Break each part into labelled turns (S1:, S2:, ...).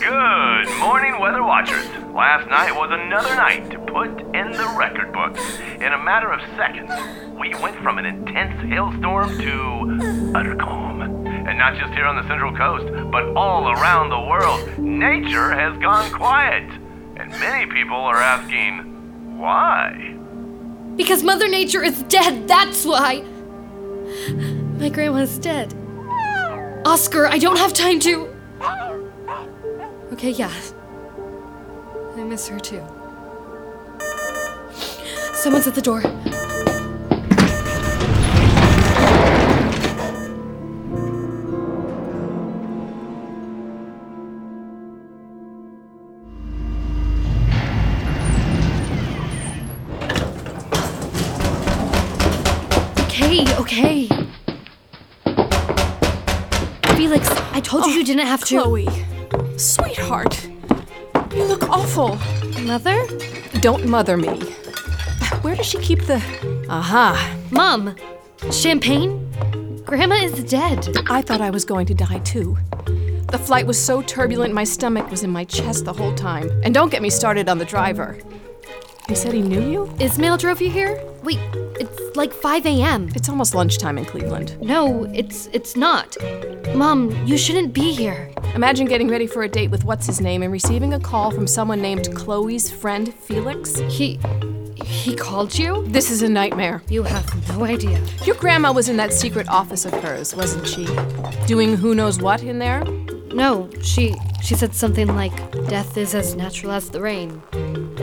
S1: Good morning, Weather Watchers. Last night was another night to put in the record books. In a matter of seconds, we went from an intense hailstorm to utter calm. And not just here on the Central Coast, but all around the world, nature has gone quiet. And many people are asking, why?
S2: Because Mother Nature is dead, that's why! My grandma's dead. Oscar, I don't have time to. Okay, yeah. I miss her too. Someone's at the door. Okay, okay. Felix, I told you you didn't have to.
S3: Oh, Chloe, sweetheart, you look awful.
S2: Mother?
S3: Don't mother me. Where does she keep the. Aha.
S2: Mom, champagne? Grandma is dead.
S3: I thought I was going to die too. The flight was so turbulent, my stomach was in my chest the whole time. And don't get me started on the driver. He said he knew you?
S2: Ismail drove you here? Wait, it's like 5 a.m.
S3: It's almost lunchtime in Cleveland.
S2: No, it's it's not. Mom, you shouldn't be here.
S3: Imagine getting ready for a date with what's his name and receiving a call from someone named Chloe's friend Felix?
S2: He he called you?
S3: This is a nightmare.
S2: You have no idea.
S3: Your grandma was in that secret office of hers, wasn't she? Doing who knows what in there?
S2: No, she she said something like death is as natural as the rain.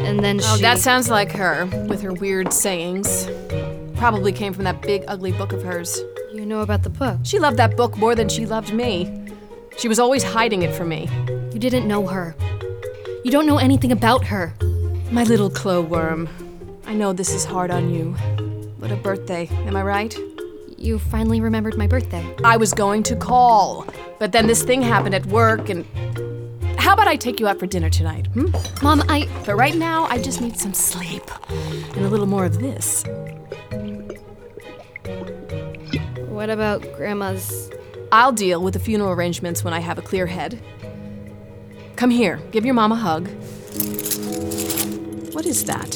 S2: And then
S3: Oh,
S2: she
S3: that sounds like her, with her weird sayings. Probably came from that big, ugly book of hers.
S2: You know about the book.
S3: She loved that book more than she loved me. She was always hiding it from me.
S2: You didn't know her. You don't know anything about her.
S3: My little Chloe worm. I know this is hard on you. What a birthday, am I right?
S2: You finally remembered my birthday.
S3: I was going to call, but then this thing happened at work, and. How about I take you out for dinner tonight? Hmm?
S2: Mom, I
S3: But right now, I just need some sleep and a little more of this.
S2: What about grandma's
S3: I'll deal with the funeral arrangements when I have a clear head. Come here, give your mom a hug. What is that?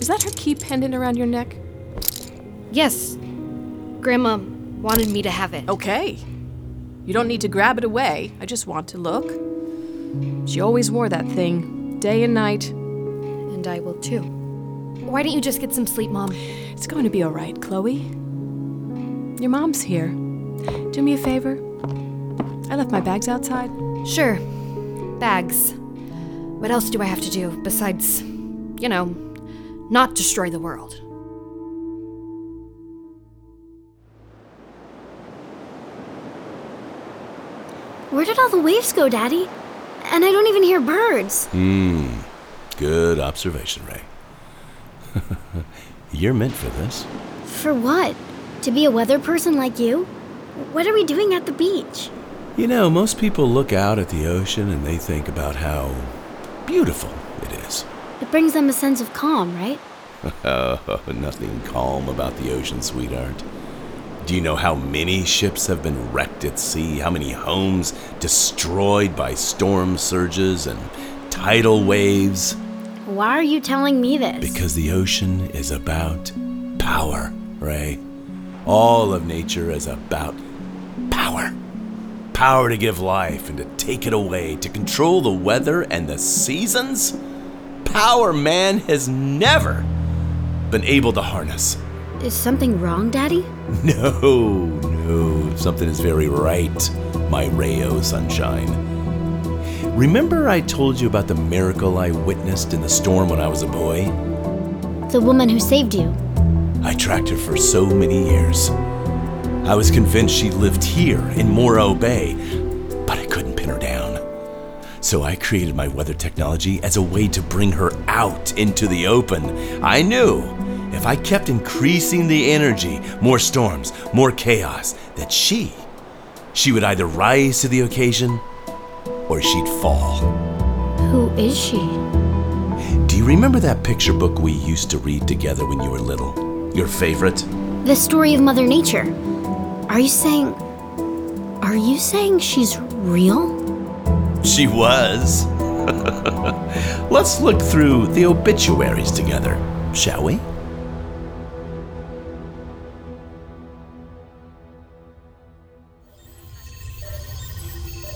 S3: Is that her key pendant around your neck?
S2: Yes. Grandma wanted me to have it.
S3: Okay. You don't need to grab it away. I just want to look. She always wore that thing, day and night.
S2: And I will too. Why don't you just get some sleep, Mom?
S3: It's going to be all right, Chloe. Your mom's here. Do me a favor. I left my bags outside.
S2: Sure. Bags. What else do I have to do besides, you know, not destroy the world?
S4: Where did all the waves go, Daddy? And I don't even hear birds.
S5: Hmm. Good observation, Ray. You're meant for this.
S4: For what? To be a weather person like you? What are we doing at the beach?
S5: You know, most people look out at the ocean and they think about how beautiful it is.
S4: It brings them a sense of calm, right?
S5: Oh, nothing calm about the ocean, sweetheart. Do you know how many ships have been wrecked at sea? How many homes destroyed by storm surges and tidal waves?
S4: Why are you telling me this?
S5: Because the ocean is about power, Ray. All of nature is about power. Power to give life and to take it away, to control the weather and the seasons. Power man has never been able to harness.
S4: Is something wrong, Daddy?
S5: No, no, something is very right, my Rayo sunshine. Remember, I told you about the miracle I witnessed in the storm when I was a boy?
S4: The woman who saved you.
S5: I tracked her for so many years. I was convinced she lived here in Morro Bay, but I couldn't pin her down. So I created my weather technology as a way to bring her out into the open. I knew if I kept increasing the energy, more storms, more chaos, that she she would either rise to the occasion or she'd fall.
S4: Who is she?
S5: Do you remember that picture book we used to read together when you were little? Your favorite?
S4: The story of Mother Nature. Are you saying. Are you saying she's real?
S5: She was. Let's look through the obituaries together, shall we?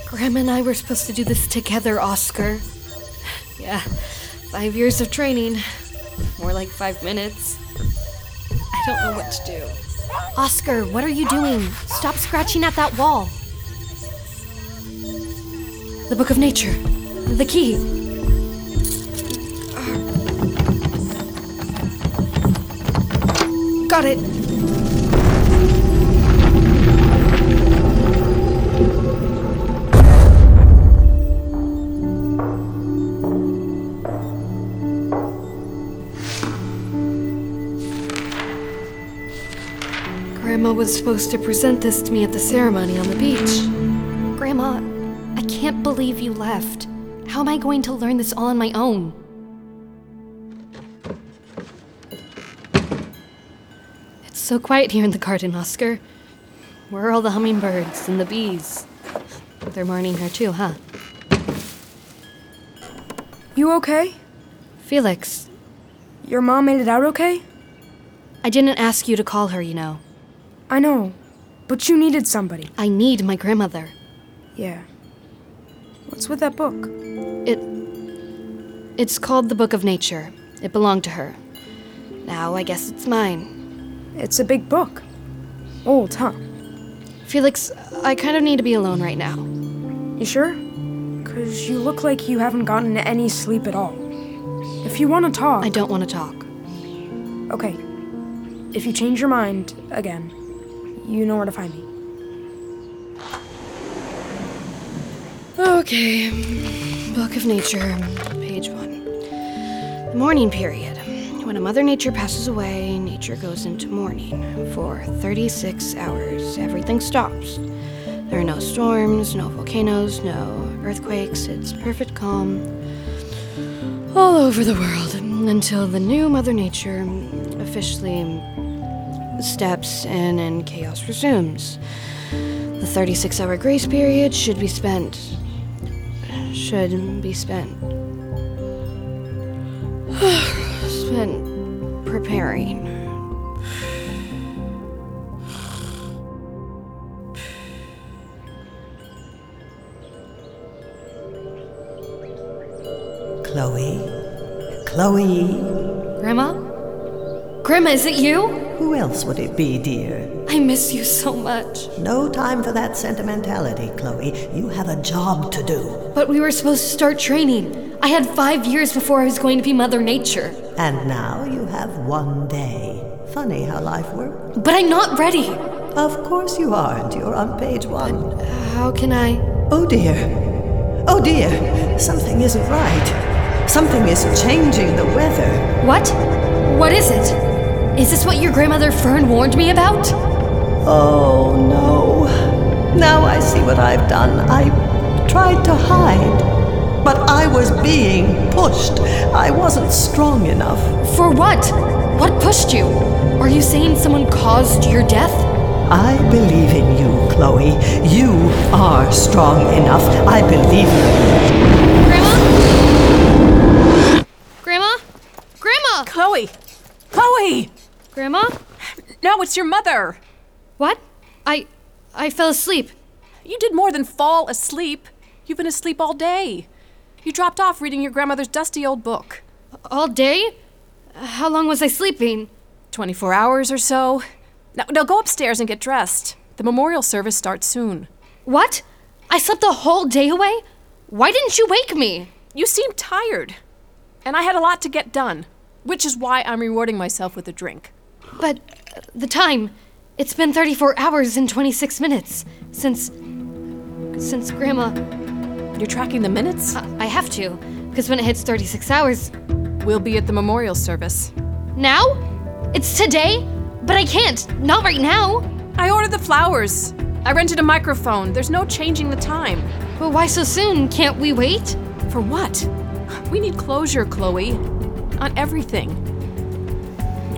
S2: Grandma and I were supposed to do this together, Oscar. Yeah, five years of training. More like five minutes. I don't know what to do.
S4: Oscar, what are you doing? Stop scratching at that wall.
S2: The Book of Nature. The key. Got it. Grandma was supposed to present this to me at the ceremony on the beach. Grandma, I can't believe you left. How am I going to learn this all on my own? It's so quiet here in the garden, Oscar. Where are all the hummingbirds and the bees? They're mourning her too, huh?
S6: You okay?
S2: Felix,
S6: Your mom made it out okay?
S2: I didn't ask you to call her, you know.
S6: I know, but you needed somebody.
S2: I need my grandmother.
S6: Yeah. What's with that book?
S2: It. It's called the Book of Nature. It belonged to her. Now I guess it's mine.
S6: It's a big book. Old, huh?
S2: Felix, I kind of need to be alone right now.
S6: You sure? Because you look like you haven't gotten any sleep at all. If you want to talk.
S2: I don't want to talk.
S6: Okay. If you change your mind again, you know where to find me.
S2: Okay. Book of Nature, page one. The mourning period. When a mother nature passes away, nature goes into mourning. For 36 hours, everything stops. There are no storms, no volcanoes, no earthquakes. It's perfect calm all over the world until the new mother nature officially steps in and chaos resumes. The 36 hour grace period should be spent. Should be spent. spent preparing.
S7: Chloe? Chloe?
S2: Grandma? Grandma, is it you?
S7: Who else would it be, dear?
S2: I miss you so much.
S7: No time for that sentimentality, Chloe. You have a job to do.
S2: But we were supposed to start training. I had five years before I was going to be Mother Nature.
S7: And now you have one day. Funny how life works.
S2: But I'm not ready.
S7: Of course you aren't. You're on page one.
S2: How can I?
S7: Oh dear. Oh dear. Something isn't right. Something is changing the weather.
S2: What? What is it? Is this what your grandmother Fern warned me about?
S7: Oh no. Now I see what I've done. I tried to hide. But I was being pushed. I wasn't strong enough.
S2: For what? What pushed you? Are you saying someone caused your death?
S7: I believe in you, Chloe. You are strong enough. I believe you.
S2: Grandma? Grandma? Grandma!
S3: Chloe! Chloe!
S2: Grandma?
S3: No, it's your mother!
S2: What? I. I fell asleep.
S3: You did more than fall asleep. You've been asleep all day. You dropped off reading your grandmother's dusty old book.
S2: All day? How long was I sleeping?
S3: 24 hours or so. Now, now go upstairs and get dressed. The memorial service starts soon.
S2: What? I slept the whole day away? Why didn't you wake me?
S3: You seem tired. And I had a lot to get done, which is why I'm rewarding myself with a drink.
S2: But uh, the time. It's been 34 hours and 26 minutes since. since Grandma.
S3: You're tracking the minutes?
S2: I have to, because when it hits 36 hours.
S3: We'll be at the memorial service.
S2: Now? It's today? But I can't. Not right now.
S3: I ordered the flowers. I rented a microphone. There's no changing the time.
S2: But why so soon? Can't we wait?
S3: For what? We need closure, Chloe. On everything.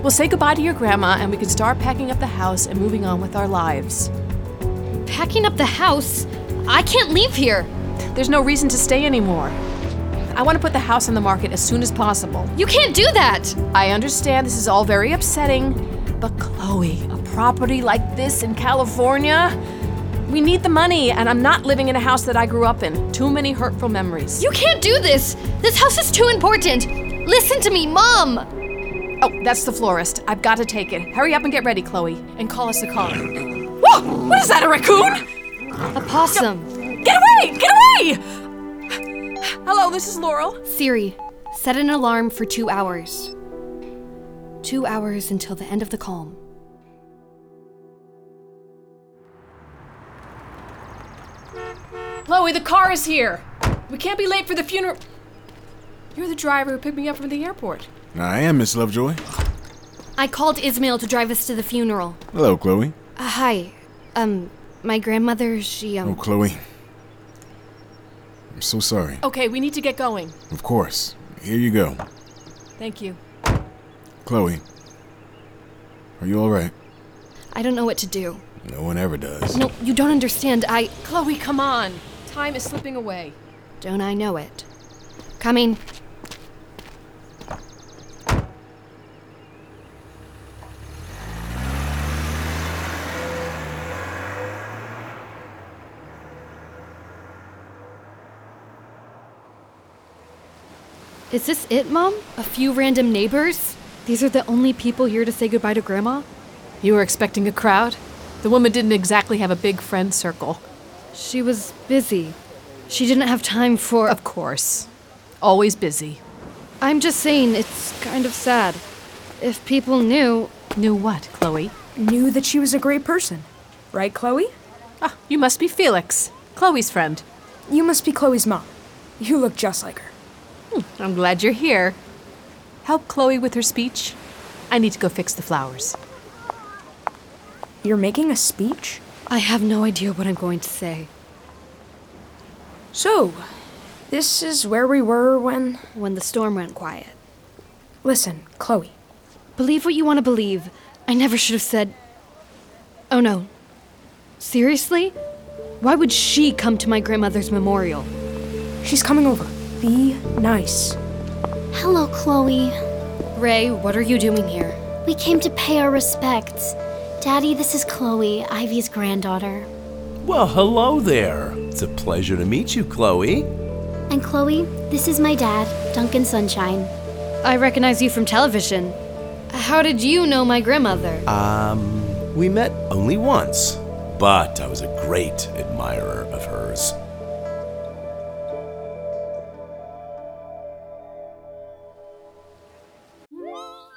S3: We'll say goodbye to your grandma and we can start packing up the house and moving on with our lives.
S2: Packing up the house? I can't leave here.
S3: There's no reason to stay anymore. I want to put the house on the market as soon as possible.
S2: You can't do that!
S3: I understand this is all very upsetting, but Chloe, a property like this in California? We need the money, and I'm not living in a house that I grew up in. Too many hurtful memories.
S2: You can't do this! This house is too important! Listen to me, Mom!
S3: Oh, that's the florist. I've got to take it. Hurry up and get ready, Chloe, and call us a car. Whoa! What is that, a raccoon?
S2: A possum.
S3: Get away! Get away! Hello, this is Laurel.
S2: Siri, set an alarm for two hours. Two hours until the end of the calm.
S3: Chloe, the car is here. We can't be late for the funeral. You're the driver who picked me up from the airport.
S8: I am Miss Lovejoy.
S2: I called Ismail to drive us to the funeral.
S8: Hello, Chloe.
S2: Uh, hi. Um, my grandmother, she, um.
S8: Oh, Chloe. I'm so sorry.
S3: Okay, we need to get going.
S8: Of course. Here you go.
S3: Thank you.
S8: Chloe. Are you alright?
S2: I don't know what to do.
S8: No one ever does.
S2: No, you don't understand. I.
S3: Chloe, come on. Time is slipping away.
S2: Don't I know it? Coming. Is this it, Mom? A few random neighbors? These are the only people here to say goodbye to Grandma?
S3: You were expecting a crowd? The woman didn't exactly have a big friend circle.
S2: She was busy. She didn't have time for.
S3: Of course. Always busy.
S2: I'm just saying, it's kind of sad. If people knew.
S3: Knew what, Chloe?
S6: Knew that she was a great person. Right, Chloe?
S3: Ah, you must be Felix, Chloe's friend.
S6: You must be Chloe's mom. You look just like her.
S3: I'm glad you're here. Help Chloe with her speech. I need to go fix the flowers.
S6: You're making a speech?
S2: I have no idea what I'm going to say.
S6: So, this is where we were when.
S2: When the storm went quiet.
S6: Listen, Chloe.
S2: Believe what you want to believe. I never should have said. Oh no. Seriously? Why would she come to my grandmother's memorial?
S6: She's coming over. Be nice.
S4: Hello, Chloe.
S2: Ray, what are you doing here?
S4: We came to pay our respects. Daddy, this is Chloe, Ivy's granddaughter.
S5: Well, hello there. It's a pleasure to meet you, Chloe.
S4: And Chloe, this is my dad, Duncan Sunshine.
S2: I recognize you from television. How did you know my grandmother?
S5: Um, we met only once, but I was a great admirer of hers.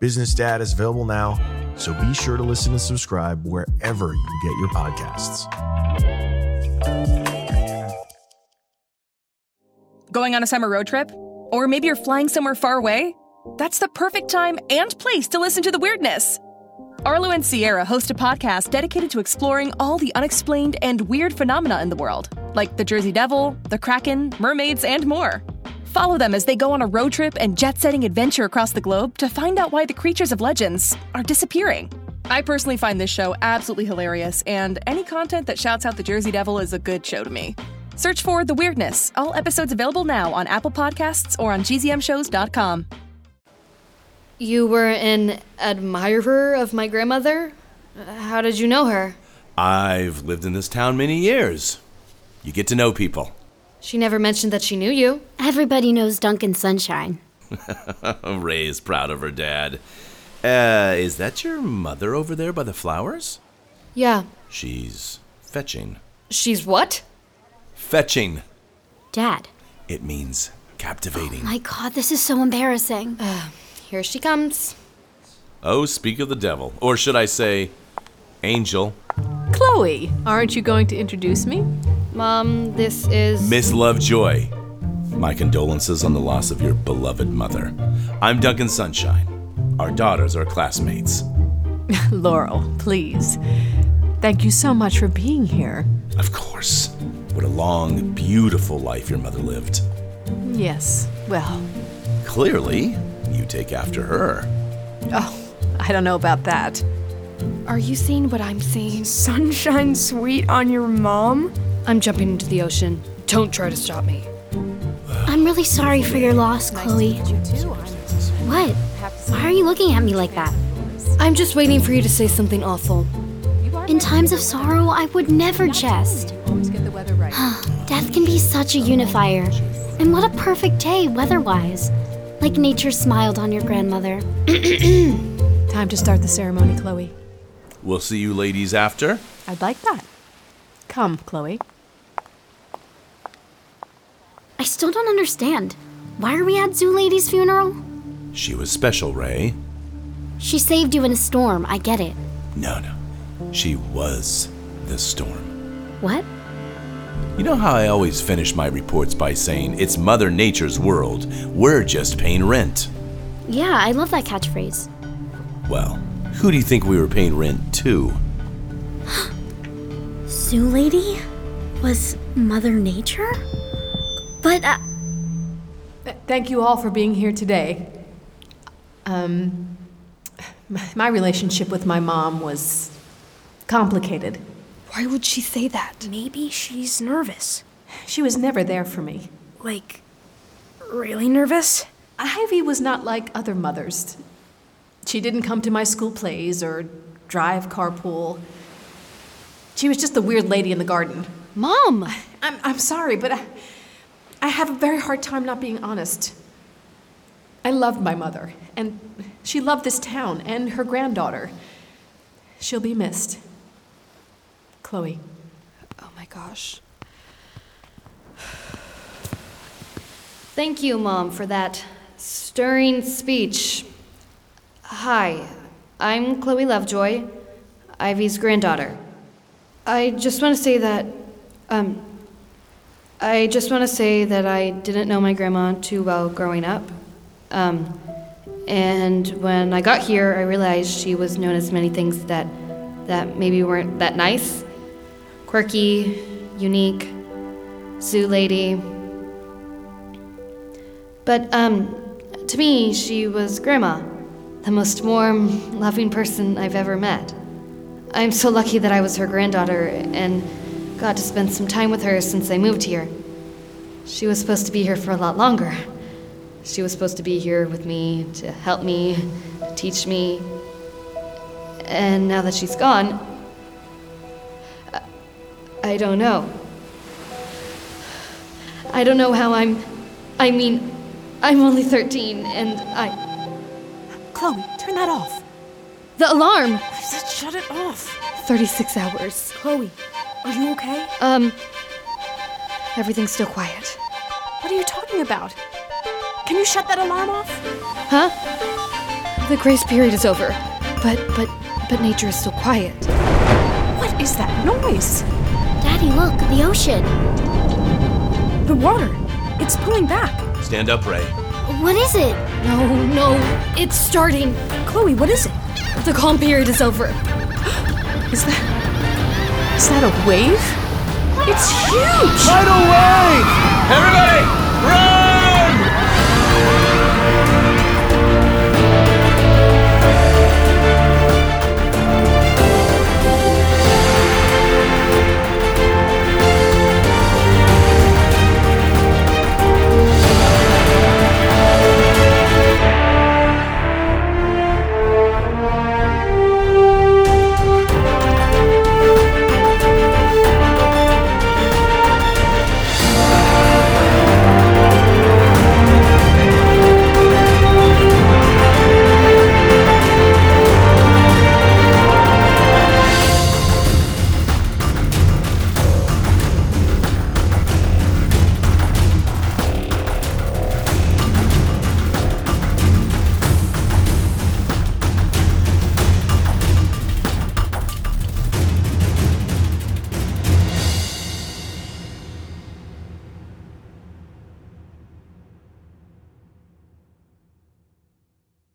S9: Business Dad is available now, so be sure to listen and subscribe wherever you get your podcasts.
S10: Going on a summer road trip? Or maybe you're flying somewhere far away? That's the perfect time and place to listen to the weirdness. Arlo and Sierra host a podcast dedicated to exploring all the unexplained and weird phenomena in the world, like the Jersey Devil, the Kraken, mermaids, and more. Follow them as they go on a road trip and jet setting adventure across the globe to find out why the creatures of legends are disappearing. I personally find this show absolutely hilarious, and any content that shouts out the Jersey Devil is a good show to me. Search for The Weirdness, all episodes available now on Apple Podcasts or on gzmshows.com.
S2: You were an admirer of my grandmother? How did you know her?
S5: I've lived in this town many years. You get to know people.
S2: She never mentioned that she knew you.
S4: Everybody knows Duncan Sunshine.
S5: Ray is proud of her dad. Uh, is that your mother over there by the flowers?
S2: Yeah.
S5: She's fetching.
S2: She's what?
S5: Fetching.
S4: Dad.
S5: It means captivating.
S4: My God, this is so embarrassing.
S2: Here she comes.
S5: Oh, speak of the devil. Or should I say, angel.
S3: Chloe, aren't you going to introduce me?
S2: Mom, this is.
S5: Miss Lovejoy, my condolences on the loss of your beloved mother. I'm Duncan Sunshine. Our daughters are classmates.
S3: Laurel, please. Thank you so much for being here.
S5: Of course. What a long, beautiful life your mother lived.
S3: Yes, well,
S5: Clearly, you take after her.
S3: oh, I don't know about that.
S6: Are you seeing what I'm seeing? Sunshine sweet on your mom?
S2: I'm jumping into the ocean. Don't try to stop me.
S4: I'm really sorry for your loss, Chloe. What? Why are you looking at me like that?
S2: I'm just waiting for you to say something awful.
S4: In times of sorrow, I would never jest. Death can be such a unifier. And what a perfect day, weather-wise. Like nature smiled on your grandmother.
S3: Time to start the ceremony, Chloe.
S5: We'll see you ladies after.
S3: I'd like that. Come, Chloe.
S4: I still don't understand. Why are we at Zoo Lady's funeral?
S5: She was special, Ray.
S4: She saved you in a storm, I get it.
S5: No, no. She was the storm.
S4: What?
S5: You know how I always finish my reports by saying, It's Mother Nature's world. We're just paying rent.
S4: Yeah, I love that catchphrase.
S5: Well, who do you think we were paying rent to?
S4: Zoo Lady was Mother Nature? But uh,
S3: Thank you all for being here today. Um, my- my relationship with my mom was complicated.
S6: Why would she say that? Maybe she's nervous.
S3: She was never there for me.
S6: Like, really nervous?
S3: Ivy was not like other mothers. She didn't come to my school plays or drive carpool. She was just the weird lady in the garden.
S2: Mom!
S3: I'm, I'm sorry, but I, I have a very hard time not being honest. I loved my mother, and she loved this town and her granddaughter. She'll be missed. Chloe.
S2: Oh my gosh. Thank you, Mom, for that stirring speech. Hi, I'm Chloe Lovejoy, Ivy's granddaughter. I just want to say that, um, I just want to say that I didn't know my grandma too well growing up. Um, and when I got here, I realized she was known as many things that, that maybe weren't that nice quirky, unique, zoo lady. But um, to me, she was Grandma, the most warm, loving person I've ever met. I'm so lucky that I was her granddaughter and got to spend some time with her since I moved here. She was supposed to be here for a lot longer. She was supposed to be here with me to help me, to teach me. And now that she's gone, I don't know. I don't know how I'm. I mean, I'm only 13 and I.
S3: Chloe, turn that off.
S2: The alarm!
S3: I said shut it off.
S2: 36 hours.
S6: Chloe, are you okay?
S2: Um. Everything's still quiet.
S3: What are you talking about? Can you shut that alarm off?
S2: Huh? The grace period is over. But, but, but nature is still quiet.
S3: What is that noise?
S4: Daddy, look, the ocean.
S6: The water. It's pulling back.
S5: Stand up, Ray.
S4: What is it?
S2: No, no, it's starting.
S6: Chloe, what is it?
S2: The calm period is over.
S3: Is that. Is that a wave? It's huge!
S5: Tidal wave! Everybody, run!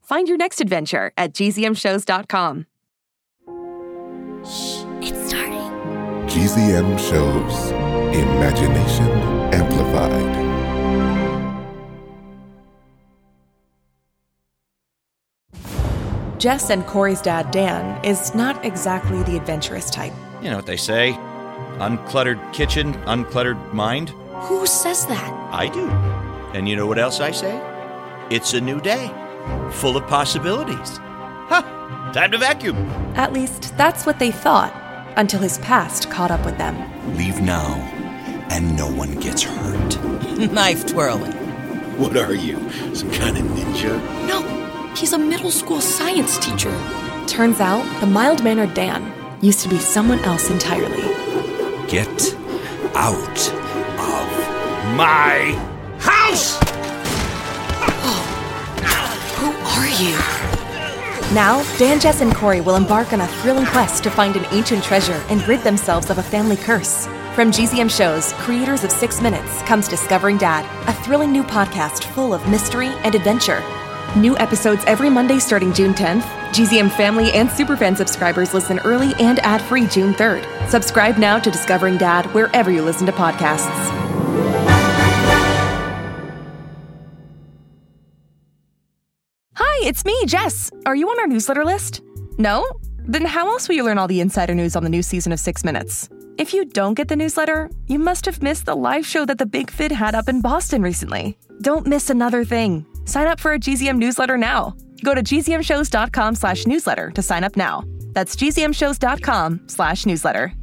S10: Find your next adventure at gzmshows.com.
S11: GZM shows Imagination Amplified.
S10: Jess and Corey's dad, Dan, is not exactly the adventurous type.
S12: You know what they say uncluttered kitchen, uncluttered mind.
S10: Who says that?
S12: I do. And you know what else I say? It's a new day, full of possibilities. Ha! Time to vacuum.
S10: At least that's what they thought until his past caught up with them.
S13: Leave now, and no one gets hurt.
S14: Knife twirling.
S13: What are you? Some kind of ninja?
S14: No, he's a middle school science teacher.
S10: Turns out the mild mannered Dan used to be someone else entirely.
S13: Get out of my house!
S10: Who are you? Now, Dan, Jess, and Corey will embark on a thrilling quest to find an ancient treasure and rid themselves of a family curse. From GZM Shows, creators of Six Minutes, comes Discovering Dad, a thrilling new podcast full of mystery and adventure. New episodes every Monday starting June 10th. GZM family and superfan subscribers listen early and ad free June 3rd. Subscribe now to Discovering Dad wherever you listen to podcasts. Hi, it's me, Jess. Are you on our newsletter list? No? Then how else will you learn all the insider news on the new season of Six Minutes? If you don't get the newsletter, you must have missed the live show that the Big Fid had up in Boston recently. Don't miss another thing. Sign up for a GZM newsletter now. Go to gzmshows.com slash newsletter to sign up now. That's gzmshows.com slash newsletter.